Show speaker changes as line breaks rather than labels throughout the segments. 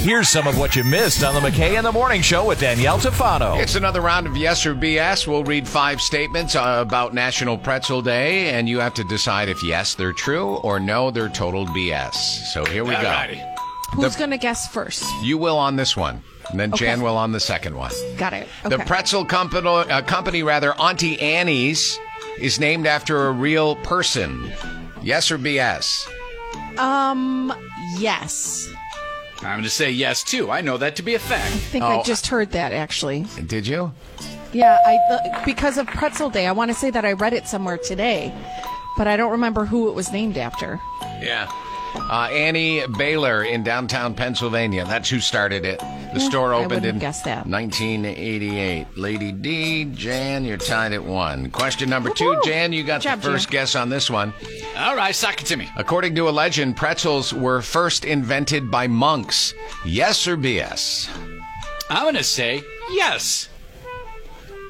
Here's some of what you missed on the McKay in the Morning Show with Danielle Tafano.
It's another round of yes or BS. We'll read five statements uh, about National Pretzel Day, and you have to decide if yes, they're true, or no, they're total BS. So here we go.
Alrighty.
Who's
The-
going to guess first?
You will on this one, and then Jan will on the second one.
Got it.
The
Okay.
pretzel company, uh, company rather, Auntie Annie's, is named after a real person. Yes or BS?
Um, yes.
I'm going to say yes, too. I know that to be a fact.
I
Oh.
think I just heard that actually.
Did you?
Yeah, I uh, because of Pretzel Day, I want to say that I read it somewhere today, but I don't remember who it was named after.
Yeah.
Uh, Annie Baylor in downtown Pennsylvania. That's who started it. The store
I
opened
wouldn't
in
guess that.
1988. Lady D, Jan, you're tied at one. Question number two, Jan, you got
Good job,
the first
Jan.
guess on this one.
All right, sock it to me.
According to a legend, pretzels were first invented by monks. Yes or BS?
I'm going to say yes.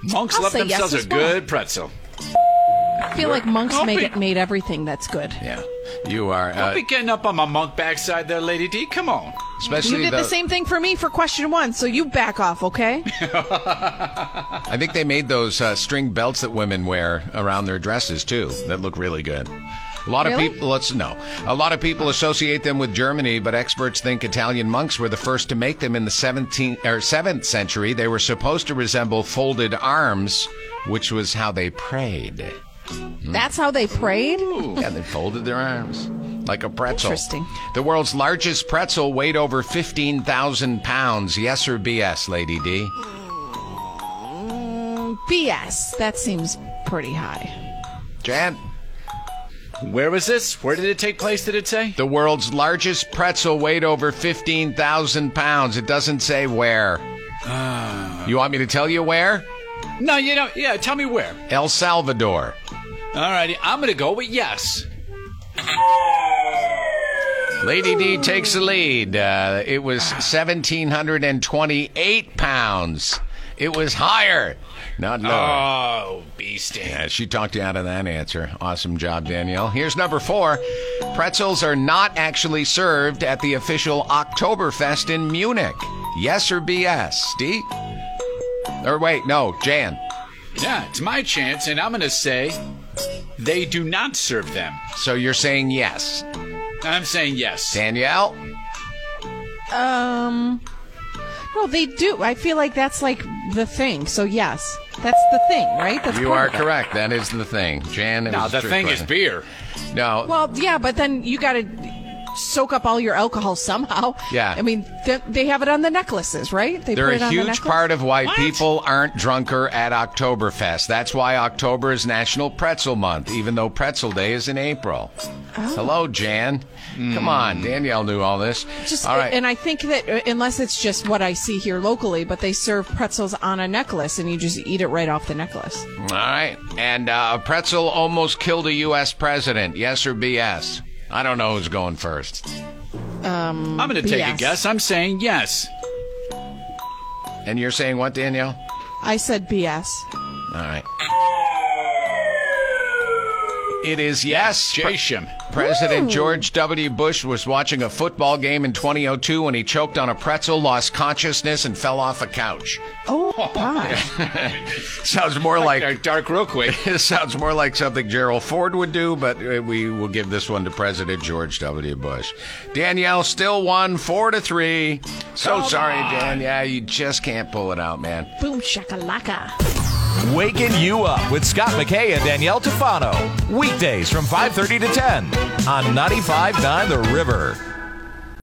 Monks
I'll
left
say yes
themselves
as
a
well.
good pretzel.
I feel like monks
I'll
make
be-
it made everything that's good.
Yeah, you are.
Don't
Uh,
be getting up on my monk backside there, Lady D. Come on.
especially
You did the same thing for me for question one, so you back off, okay?
I think they made those uh, string belts that women wear around their dresses too. That look really good. A lot
Really?
of people, let's no. A lot of people associate them with Germany, but experts think Italian monks were the first to make them in the 17th or 7th century. They were supposed to resemble folded arms, which was how they prayed.
That's how they prayed.
Yeah, they folded their arms like a pretzel.
Interesting.
The world's largest pretzel weighed over 15,000 pounds. Yes or BS, Lady D?
BS. That seems pretty high.
Jan?
Where was this? Where did it take place, did it say?
The world's largest pretzel weighed over 15,000 pounds. It doesn't say where. you want me to tell you where?
No, you know, yeah, tell me where.
El Salvador.
All righty, I'm going to go with yes.
Lady D takes the lead. Uh, it was 1,728 pounds. It was higher, not lower.
Oh, beastie.
Yeah, she talked you out of that answer. Awesome job, Danielle. Here's number four. Pretzels are not actually served at the official Oktoberfest in Munich. Yes or BS? D? Or wait, no, Jan.
Yeah, it's my chance, and I'm going to say they do not serve them.
So you're saying yes.
I'm saying yes.
Danielle?
Um, no, they do. I feel like that's like the thing. So yes, that's the thing, right? That's
You are
part of it.
correct. That is the thing. Jan, it
Now,
was
the
trick
thing is
question.
beer.
No.
Well, yeah, but then you got to soak up all your alcohol somehow.
Yeah.
I mean, th- they have it on the necklaces, right? They
They're
put it
a
on the
huge
necklace?
part of why people aren't drunker at Oktoberfest. That's why October is National Pretzel Month, even though Pretzel Day is in April.
Oh.
Hello, Jan. Come on, Danielle knew all this.
Just,
all right.
And I think that uh, unless it's just what I see here locally, but they serve pretzels on a necklace, and you just eat it right off the necklace.
all right. And uh, a pretzel almost killed a U.S. president. Yes or BS? I don't know who's going first.
I'm going to take a
BS.
guess. I'm saying yes.
And you're saying what, Danielle?
I said BS.
All right. It is yes. Pre-
Jashim.
President George W. Bush was watching a football game in 2002 when he choked on a pretzel, lost consciousness, and fell off a couch.
Oh, God.
Sounds more like.
uh, Dark real quick.
This sounds more like something Gerald Ford would do, but uh, we will give this one to President George W. Bush. Danielle still won four to three. So sorry, Dan. Yeah, you just can't pull it out, man.
Boom shakalaka.
Waking you up with Scott McKay and Danielle Tafano. Weekdays from 5.30 to 10 on 95.9 The River.